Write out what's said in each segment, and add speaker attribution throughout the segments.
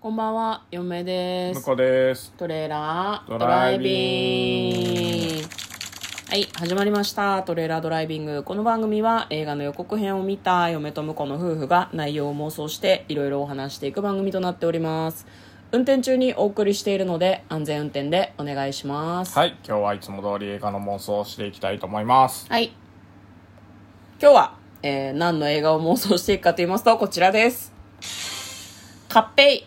Speaker 1: こんばんは、嫁で
Speaker 2: 向
Speaker 1: す。
Speaker 2: こうです
Speaker 1: トレーラード
Speaker 2: ド
Speaker 1: ラ
Speaker 2: ラ
Speaker 1: イ
Speaker 2: イ
Speaker 1: ビン
Speaker 2: ビ
Speaker 1: グ。はい、始まりました。トレーラードライビング。この番組は映画の予告編を見た嫁と婿の夫婦が内容を妄想していろいろお話していく番組となっております。運転中にお送りしているので安全運転でお願いします。
Speaker 2: はい今日はいつも通り映画の妄想をしていきたいと思います
Speaker 1: はい。今日は、えー何の映画を妄想していくかと言いますと、こちらです。カッペイ。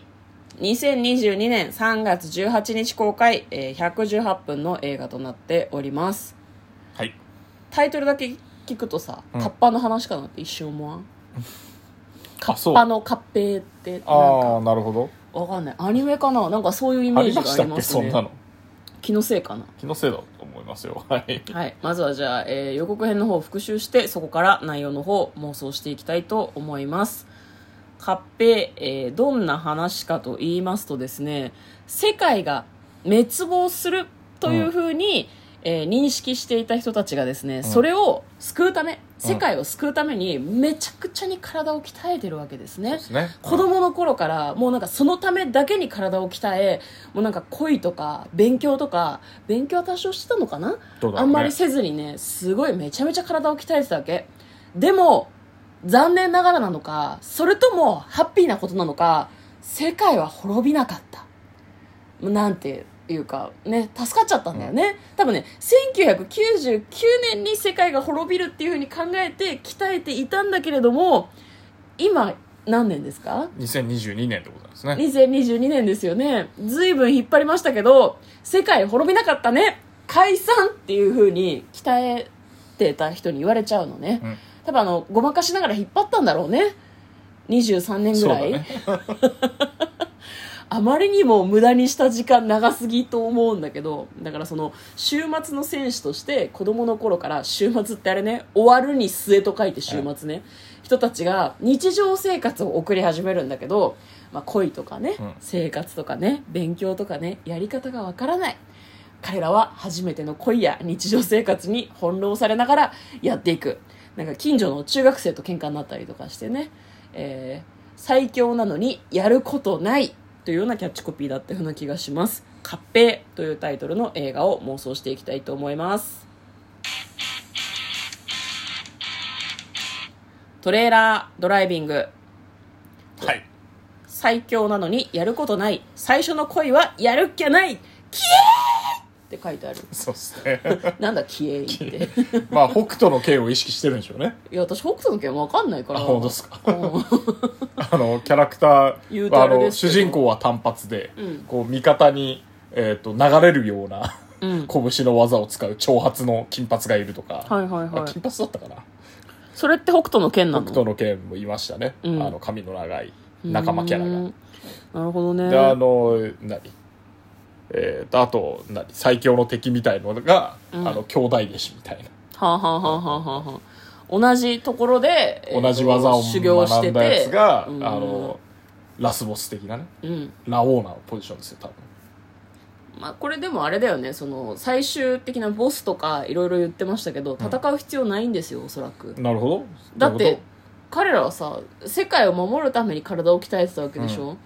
Speaker 1: 2022年3月18日公開、えー118分の映画となっております。
Speaker 2: はい
Speaker 1: タイトルだけ聞くとさ、
Speaker 2: うん
Speaker 1: カッパの話かなって一瞬思わんカ
Speaker 2: あそ
Speaker 1: ッ
Speaker 2: う
Speaker 1: パのカッペイって、なんか、
Speaker 2: ああなるほど
Speaker 1: わかんない。アニメかななんかそういうイメ
Speaker 2: あ
Speaker 1: ー
Speaker 2: り
Speaker 1: ジが
Speaker 2: ま
Speaker 1: あ
Speaker 2: したっ
Speaker 1: り
Speaker 2: け、
Speaker 1: ます
Speaker 2: そん
Speaker 1: ね
Speaker 2: な。の
Speaker 1: 気のせいかな。
Speaker 2: 気のせいだと思いますよはい
Speaker 1: はい、まずはじゃあ、えー予告編の方を復習してそこから内容の方を妄想していきたいと思います合併、えーどんな話かと言いますとですね世界が滅亡するというふうに、えー認識していた人たちがですね、それを救うため世界を救うためにめちゃくちゃに体を鍛えてるわけですね、
Speaker 2: ですね
Speaker 1: 子供の頃からもうなんかそのためだけに体を鍛えもうなんか恋とか勉強とか勉強は多少してたのかな、
Speaker 2: どうだろうね
Speaker 1: あんまりせずにねすごいめちゃめちゃ体を鍛えてたわけでも残念ながらなのかそれともハッピーなことなのか世界は滅びなかったなんていうかね助かっちゃったんだよね、多分ね1999年に世界が滅びるっていうふうに考えて鍛えていたんだけれども今何年ですか
Speaker 2: 2022年でございますね
Speaker 1: 2022年ですよね随分引っ張りましたけど世界滅びなかったね解散っていう風に鍛えてた人に言われちゃうのね、
Speaker 2: うん
Speaker 1: 多分あのごまかしながら引っ張ったんだろうね23年ぐ
Speaker 2: そう
Speaker 1: ら
Speaker 2: だ
Speaker 1: い、
Speaker 2: ね
Speaker 1: あまりにも無駄にした時間長すぎと思うんだけどだからその週末の選手として子供の頃から週末ってあれね終わるに末と書いて週末ね、人たちが日常生活を送り始めるんだけど、まあ、恋とかね、
Speaker 2: うん
Speaker 1: 生活とかね勉強とかねやり方がわからない彼らは初めての恋や日常生活に翻弄されながらやっていくなんか近所の中学生と喧嘩になったりとかしてね、えー最強なのにやることないというようなキャッチコピーだったような気がします「カッペイ」というタイトルの映画を妄想していきたいと思いますトレーラードライビング
Speaker 2: はい
Speaker 1: 最強なのにやることない最初の恋はやるっきゃないキエーイって書いてある
Speaker 2: そうですね
Speaker 1: なんだキエーイって
Speaker 2: まあ北斗の拳を意識してるんでしょうね
Speaker 1: いや私北斗の拳わかんないか
Speaker 2: あ
Speaker 1: ら
Speaker 2: 本当で すか
Speaker 1: うん
Speaker 2: あのキャラクタ
Speaker 1: 言う
Speaker 2: ー
Speaker 1: と
Speaker 2: は
Speaker 1: あ
Speaker 2: あ
Speaker 1: れ
Speaker 2: の
Speaker 1: ですけ
Speaker 2: 主
Speaker 1: ど
Speaker 2: 人公は単発で、
Speaker 1: うん
Speaker 2: こう味方に、えー、と流れるような
Speaker 1: うん
Speaker 2: 拳の技を使う長髪の金髪がいるとか、
Speaker 1: はいはい
Speaker 2: あ
Speaker 1: はい
Speaker 2: 金髪だったかな
Speaker 1: それって北斗の拳な
Speaker 2: 北
Speaker 1: の
Speaker 2: 斗の拳もいましたね、
Speaker 1: うん
Speaker 2: あの髪の長い仲間キャラ
Speaker 1: う
Speaker 2: が
Speaker 1: んなるほどね
Speaker 2: であの何えー、とあと何最強の敵みたいのが、
Speaker 1: うん
Speaker 2: あの兄弟弟子みたい
Speaker 1: はあ、はあはあはあはあはあ、同じところで、え
Speaker 2: な
Speaker 1: ー
Speaker 2: 同じ技を
Speaker 1: 修行して
Speaker 2: 学んだや
Speaker 1: て
Speaker 2: つが、
Speaker 1: うん
Speaker 2: あのラスボス的なね
Speaker 1: うん
Speaker 2: ラオーナのポジションですよ多分
Speaker 1: まあ、これでもあれだよねその最終的なボスとかいろいろ言ってましたけど戦う必要ないんですよ、おそらく
Speaker 2: なるほど
Speaker 1: だっ
Speaker 2: どういう
Speaker 1: て
Speaker 2: こ
Speaker 1: 彼らはさ世界を守るために体を鍛えてたわけでしょ、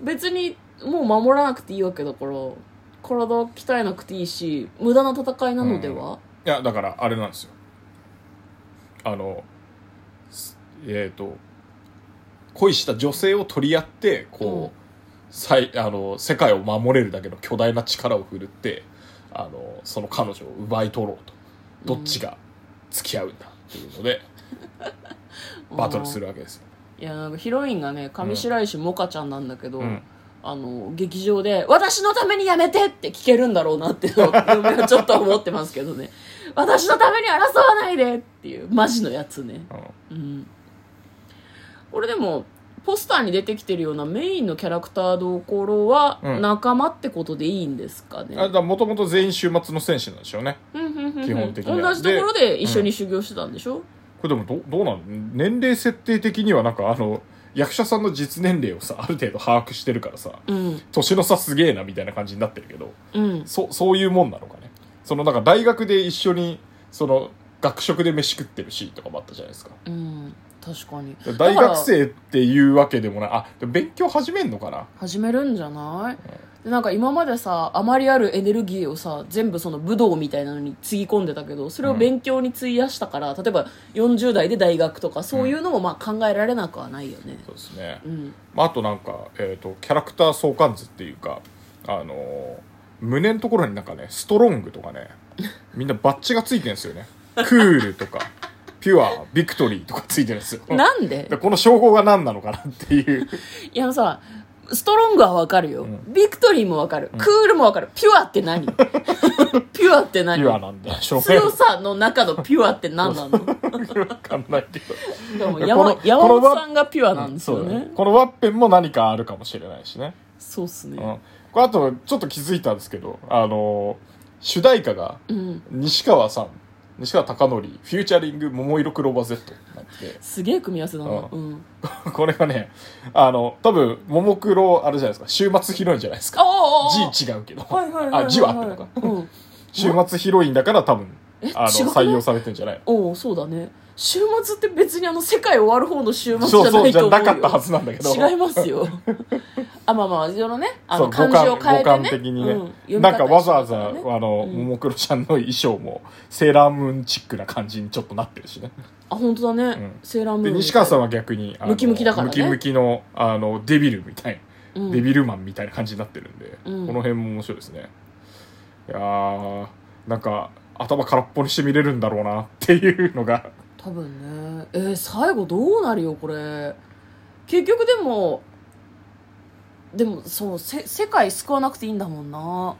Speaker 1: 別にもう守らなくていいわけだから体を鍛えなくていいし無駄な戦いなのでは、
Speaker 2: といやだからあれなんですよあのすえっ、と恋した女性を取り合ってこう、さいあの世界を守れるだけの巨大な力を振るってあのその彼女を奪い取ろうとどっちが付き合うんだっていうので、バトルす
Speaker 1: る
Speaker 2: るわけですよ、
Speaker 1: いやなんかヒロインがね上白石萌歌ちゃんなんだけど、
Speaker 2: うん
Speaker 1: あの劇場で「私のためにやめて!」って聞けるんだろうなっていうのを嫁はちょっと思ってますけどね「私のために争わないで!」っていうマジのやつね
Speaker 2: うん
Speaker 1: うんこれでもポスターに出てきてるようなメインのキャラクターどころは
Speaker 2: うん
Speaker 1: 仲間ってことでいいんですかね、
Speaker 2: あだからもともと全員週末の戦士なんでしょうね
Speaker 1: うんうんうんうん
Speaker 2: 基本的には
Speaker 1: 同じところで一緒に修行してたんでしょ、
Speaker 2: これでもどどうなの年齢設定的にはなんかあの役者さんの実年齢をさある程度把握してるからさ
Speaker 1: うん
Speaker 2: 年の差すげえなみたいな感じになってるけど
Speaker 1: うん
Speaker 2: そそういうもんなのかねそのなんか大学で一緒にその学食で飯食ってるシーンとかもあったじゃないですか
Speaker 1: うん確かにだ
Speaker 2: 大
Speaker 1: から
Speaker 2: 学生っていうわけでもないあでも勉強始めんのかな
Speaker 1: 始めるんじゃない、でなんか今までさあまりあるエネルギーをさ全部その武道みたいなのにつぎ込んでたけどそれを勉強に費やしたから、例えば40代で大学とかそういうのもまあ考えられなくはないよね
Speaker 2: そうですね、
Speaker 1: うん
Speaker 2: まあ、あとなんか、えー、とキャラクター相関図っていうか、あのー胸のところになんかねストロングとかねみんなバッジがついてるんですよねクールとかピュアビクトリーとかついてるんですよ
Speaker 1: なんで
Speaker 2: でこの称号が何なのかなっていう
Speaker 1: いやさストロングはわかるよ、
Speaker 2: ん
Speaker 1: ビクトリーもわかる、クールもわかるピュアって 何ピュアって
Speaker 2: ピ
Speaker 1: 何
Speaker 2: ュアなんだ証明
Speaker 1: 強さの中のピュアって何 なの
Speaker 2: わかんないけど
Speaker 1: でも山
Speaker 2: この
Speaker 1: 山
Speaker 2: この
Speaker 1: 本
Speaker 2: ワ
Speaker 1: さんがピュアなんです
Speaker 2: そ
Speaker 1: よ
Speaker 2: うだ
Speaker 1: ね
Speaker 2: ねこのワッペンも何かあるかもしれないしね、
Speaker 1: そうっす
Speaker 2: うん
Speaker 1: ね、、
Speaker 2: これあとちょっと気づいたんですけどあのー主題歌が
Speaker 1: うん、
Speaker 2: 西川さん西川貴教フューチャリング桃色クローバー Z になって て
Speaker 1: すげえ組み合わせだな、
Speaker 2: う
Speaker 1: うん、
Speaker 2: これがねあの多分ももクロあれじゃないですか週末ヒロインじゃないですか
Speaker 1: ああ
Speaker 2: 字違うけど
Speaker 1: はいはいはいはいい
Speaker 2: あ字は合ってるのか
Speaker 1: うん、
Speaker 2: 週末ヒロインだから多分あの
Speaker 1: 違くない
Speaker 2: 採用されてんじゃない
Speaker 1: おおそうだね週末って別にあの世界終わる方の週末じゃ
Speaker 2: そ
Speaker 1: な
Speaker 2: う
Speaker 1: いと思
Speaker 2: そう
Speaker 1: よ
Speaker 2: うじゃなかったはずなんだけど
Speaker 1: 違います よあまあまあそのねあ
Speaker 2: そ
Speaker 1: の
Speaker 2: う
Speaker 1: 漢字を変え
Speaker 2: 五
Speaker 1: て
Speaker 2: 感
Speaker 1: ね
Speaker 2: 五感的にね、
Speaker 1: うん読み方
Speaker 2: なんかわざわざ、
Speaker 1: 一緒だからね
Speaker 2: あの、
Speaker 1: うん
Speaker 2: ももクロちゃんの衣装もセーラームーンチックな感じにちょっとなってるしね
Speaker 1: あ本当だね、
Speaker 2: うん
Speaker 1: セーラームーン
Speaker 2: で
Speaker 1: みたい
Speaker 2: 西川さんは逆にあの
Speaker 1: ムキムキだからね
Speaker 2: ムキムキのあのデビルみたいな
Speaker 1: うん
Speaker 2: デビルマンみたいな感じになってるんで、
Speaker 1: うん
Speaker 2: この辺も面白いですねいやーなんか頭空っぽにして見れるんだろうなっていうのが
Speaker 1: 多分ねえー最後どうなるよこれ結局でもでもそうせ世界救わなくていいんだもんな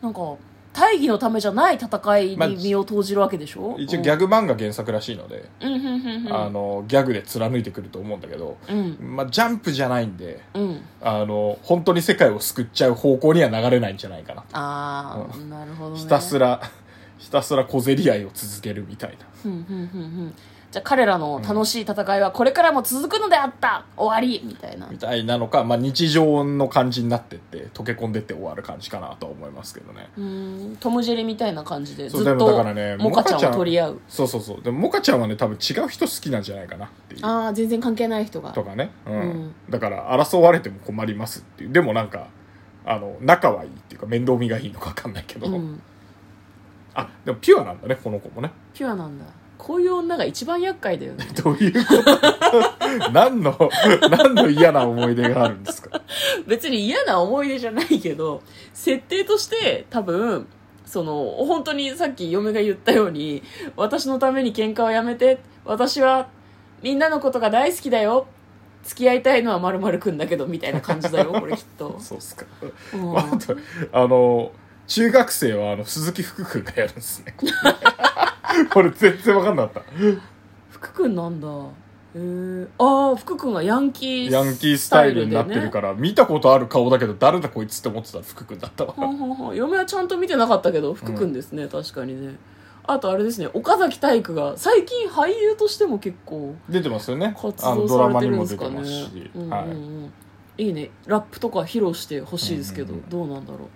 Speaker 1: なんか大義のためじゃない戦い
Speaker 2: まあ
Speaker 1: に身を投じるわけでしょ、
Speaker 2: 一応ギャ
Speaker 1: グ、
Speaker 2: グ漫画原作らしいので、
Speaker 1: うんうんうんうん、
Speaker 2: あのギャグで貫いてくると思うんだけど、
Speaker 1: うん
Speaker 2: まあ、ジャンプじゃないんで
Speaker 1: うん
Speaker 2: あの本当に世界を救っちゃう方向には流れないんじゃないかな、
Speaker 1: ああ、
Speaker 2: う
Speaker 1: なるほどね
Speaker 2: ひたすら ひたすら小競り合いを続けるみたいな
Speaker 1: ふんふんふんふんじゃあ彼らの楽しい戦いはこれからも続くのであった終わりみたいな
Speaker 2: みたいなのか、まあ、日常の感じになってって溶け込んでって終わる感じかなとは思いますけどね
Speaker 1: うーんトム・ジェリみたいな感じで
Speaker 2: そ
Speaker 1: ず
Speaker 2: う
Speaker 1: っ
Speaker 2: でもだ
Speaker 1: と
Speaker 2: からね
Speaker 1: モカちゃ
Speaker 2: モカち
Speaker 1: ん
Speaker 2: ゃ
Speaker 1: を
Speaker 2: ん
Speaker 1: 取り合う
Speaker 2: そうそうそうでもモカちゃんはね多分違う人好きなんじゃないかなっていう
Speaker 1: ああ全然関係ない人が
Speaker 2: とかね、うん
Speaker 1: うん
Speaker 2: だから争われても困りますっていうでもなんかあの仲はいいっていうか面倒見がいいのか分かんないけど、
Speaker 1: うん
Speaker 2: あでもピュアなんだねこの子もね
Speaker 1: ピュアなんだこういう女が一番厄介だよね
Speaker 2: どういうこと 何の何の嫌な思い出があるんですか
Speaker 1: 別に嫌な思い出じゃないけど設定として多分その本当にさっき嫁が言ったように私のために喧嘩をやめて私はみんなのことが大好きだよ付き合いたいのはまるまるくんだけどみたいな感じだよこれきっ と、
Speaker 2: そうっすか
Speaker 1: うん
Speaker 2: あと あの中学生はあの鈴木福君がやるんですね これ全然分かんなかった
Speaker 1: 福君なんだへえああ福君がヤンキー
Speaker 2: ヤンキースタイルになってるから、見たことある顔だけど誰だこいつって思ってたら福君だったわ
Speaker 1: ほんほんほん嫁はちゃんと見てなかったけど福君ですね、確かにねあとあれですね岡崎体育が最近俳優としても結構
Speaker 2: 出てますよね
Speaker 1: 活
Speaker 2: あの
Speaker 1: 動
Speaker 2: ド
Speaker 1: さ
Speaker 2: ラ
Speaker 1: れ
Speaker 2: マ
Speaker 1: て
Speaker 2: に
Speaker 1: るん
Speaker 2: も
Speaker 1: です
Speaker 2: 出
Speaker 1: か
Speaker 2: て
Speaker 1: ね
Speaker 2: ますし、
Speaker 1: うんうんうん
Speaker 2: はい
Speaker 1: いいねラップとか披露してほしいですけど、
Speaker 2: うんうんうん
Speaker 1: どうなんだろ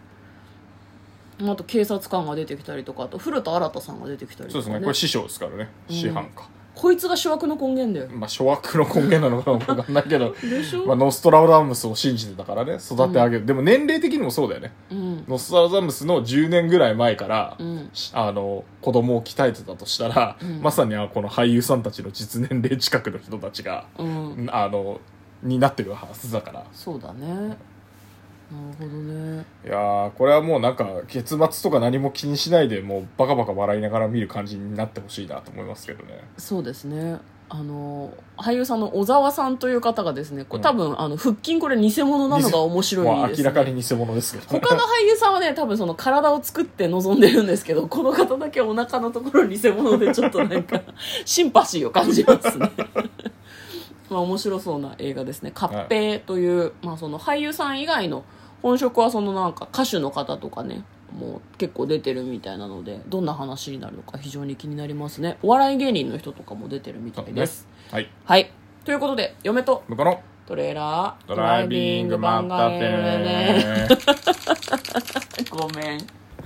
Speaker 1: うあと警察官が出てきたりとかあと古田新太さんが出てきたり
Speaker 2: そう
Speaker 1: と
Speaker 2: で
Speaker 1: か、
Speaker 2: すねこれ師匠ですからね
Speaker 1: うん
Speaker 2: 師範か、
Speaker 1: こいつが諸悪の根源だよ
Speaker 2: まあ諸悪の根源なのか分かんないけど
Speaker 1: でしょ、
Speaker 2: まあノストラダムスを信じてたからね育て上げる、でも年齢的にもそうだよね
Speaker 1: うん
Speaker 2: ノストラダムスの10年ぐらい前から、
Speaker 1: うん
Speaker 2: あの子供を鍛えてたとしたら、
Speaker 1: うん
Speaker 2: まさにあこの俳優さんたちの実年齢近くの人たちが、
Speaker 1: うん
Speaker 2: あのになってるはずだから
Speaker 1: そうだねなるほどね
Speaker 2: いやーこれはもうなんか結末とか何も気にしないでもうバカバカ笑いながら見る感じになってほしいなと思いますけどね
Speaker 1: そうですねあの俳優さんの小沢さんという方がですねこ
Speaker 2: う
Speaker 1: れ
Speaker 2: ん
Speaker 1: 多分、あの腹筋これ偽物なのが面
Speaker 2: も
Speaker 1: 白
Speaker 2: う
Speaker 1: いです、
Speaker 2: 明
Speaker 1: ね、
Speaker 2: らかに偽物ですけどね
Speaker 1: 他の俳優さんはね多分その体を作って臨んでるんですけどこの方だけお腹のところ偽物でちょっとなん かシンパシーを感じますねまあ面白そうな映画ですね「合併」という、まあ、その俳優さん以外の本職はそのなんか歌手の方とかねもう結構出てるみたいなのでどんな話になるのか非常に気になりますねお笑い芸人の人とかも出てるみたいです、
Speaker 2: はい
Speaker 1: はいということで嫁と
Speaker 2: 向こうの
Speaker 1: トレーラー
Speaker 2: ドライビングまった
Speaker 1: ドライビング漫画ね
Speaker 2: ね
Speaker 1: ごめん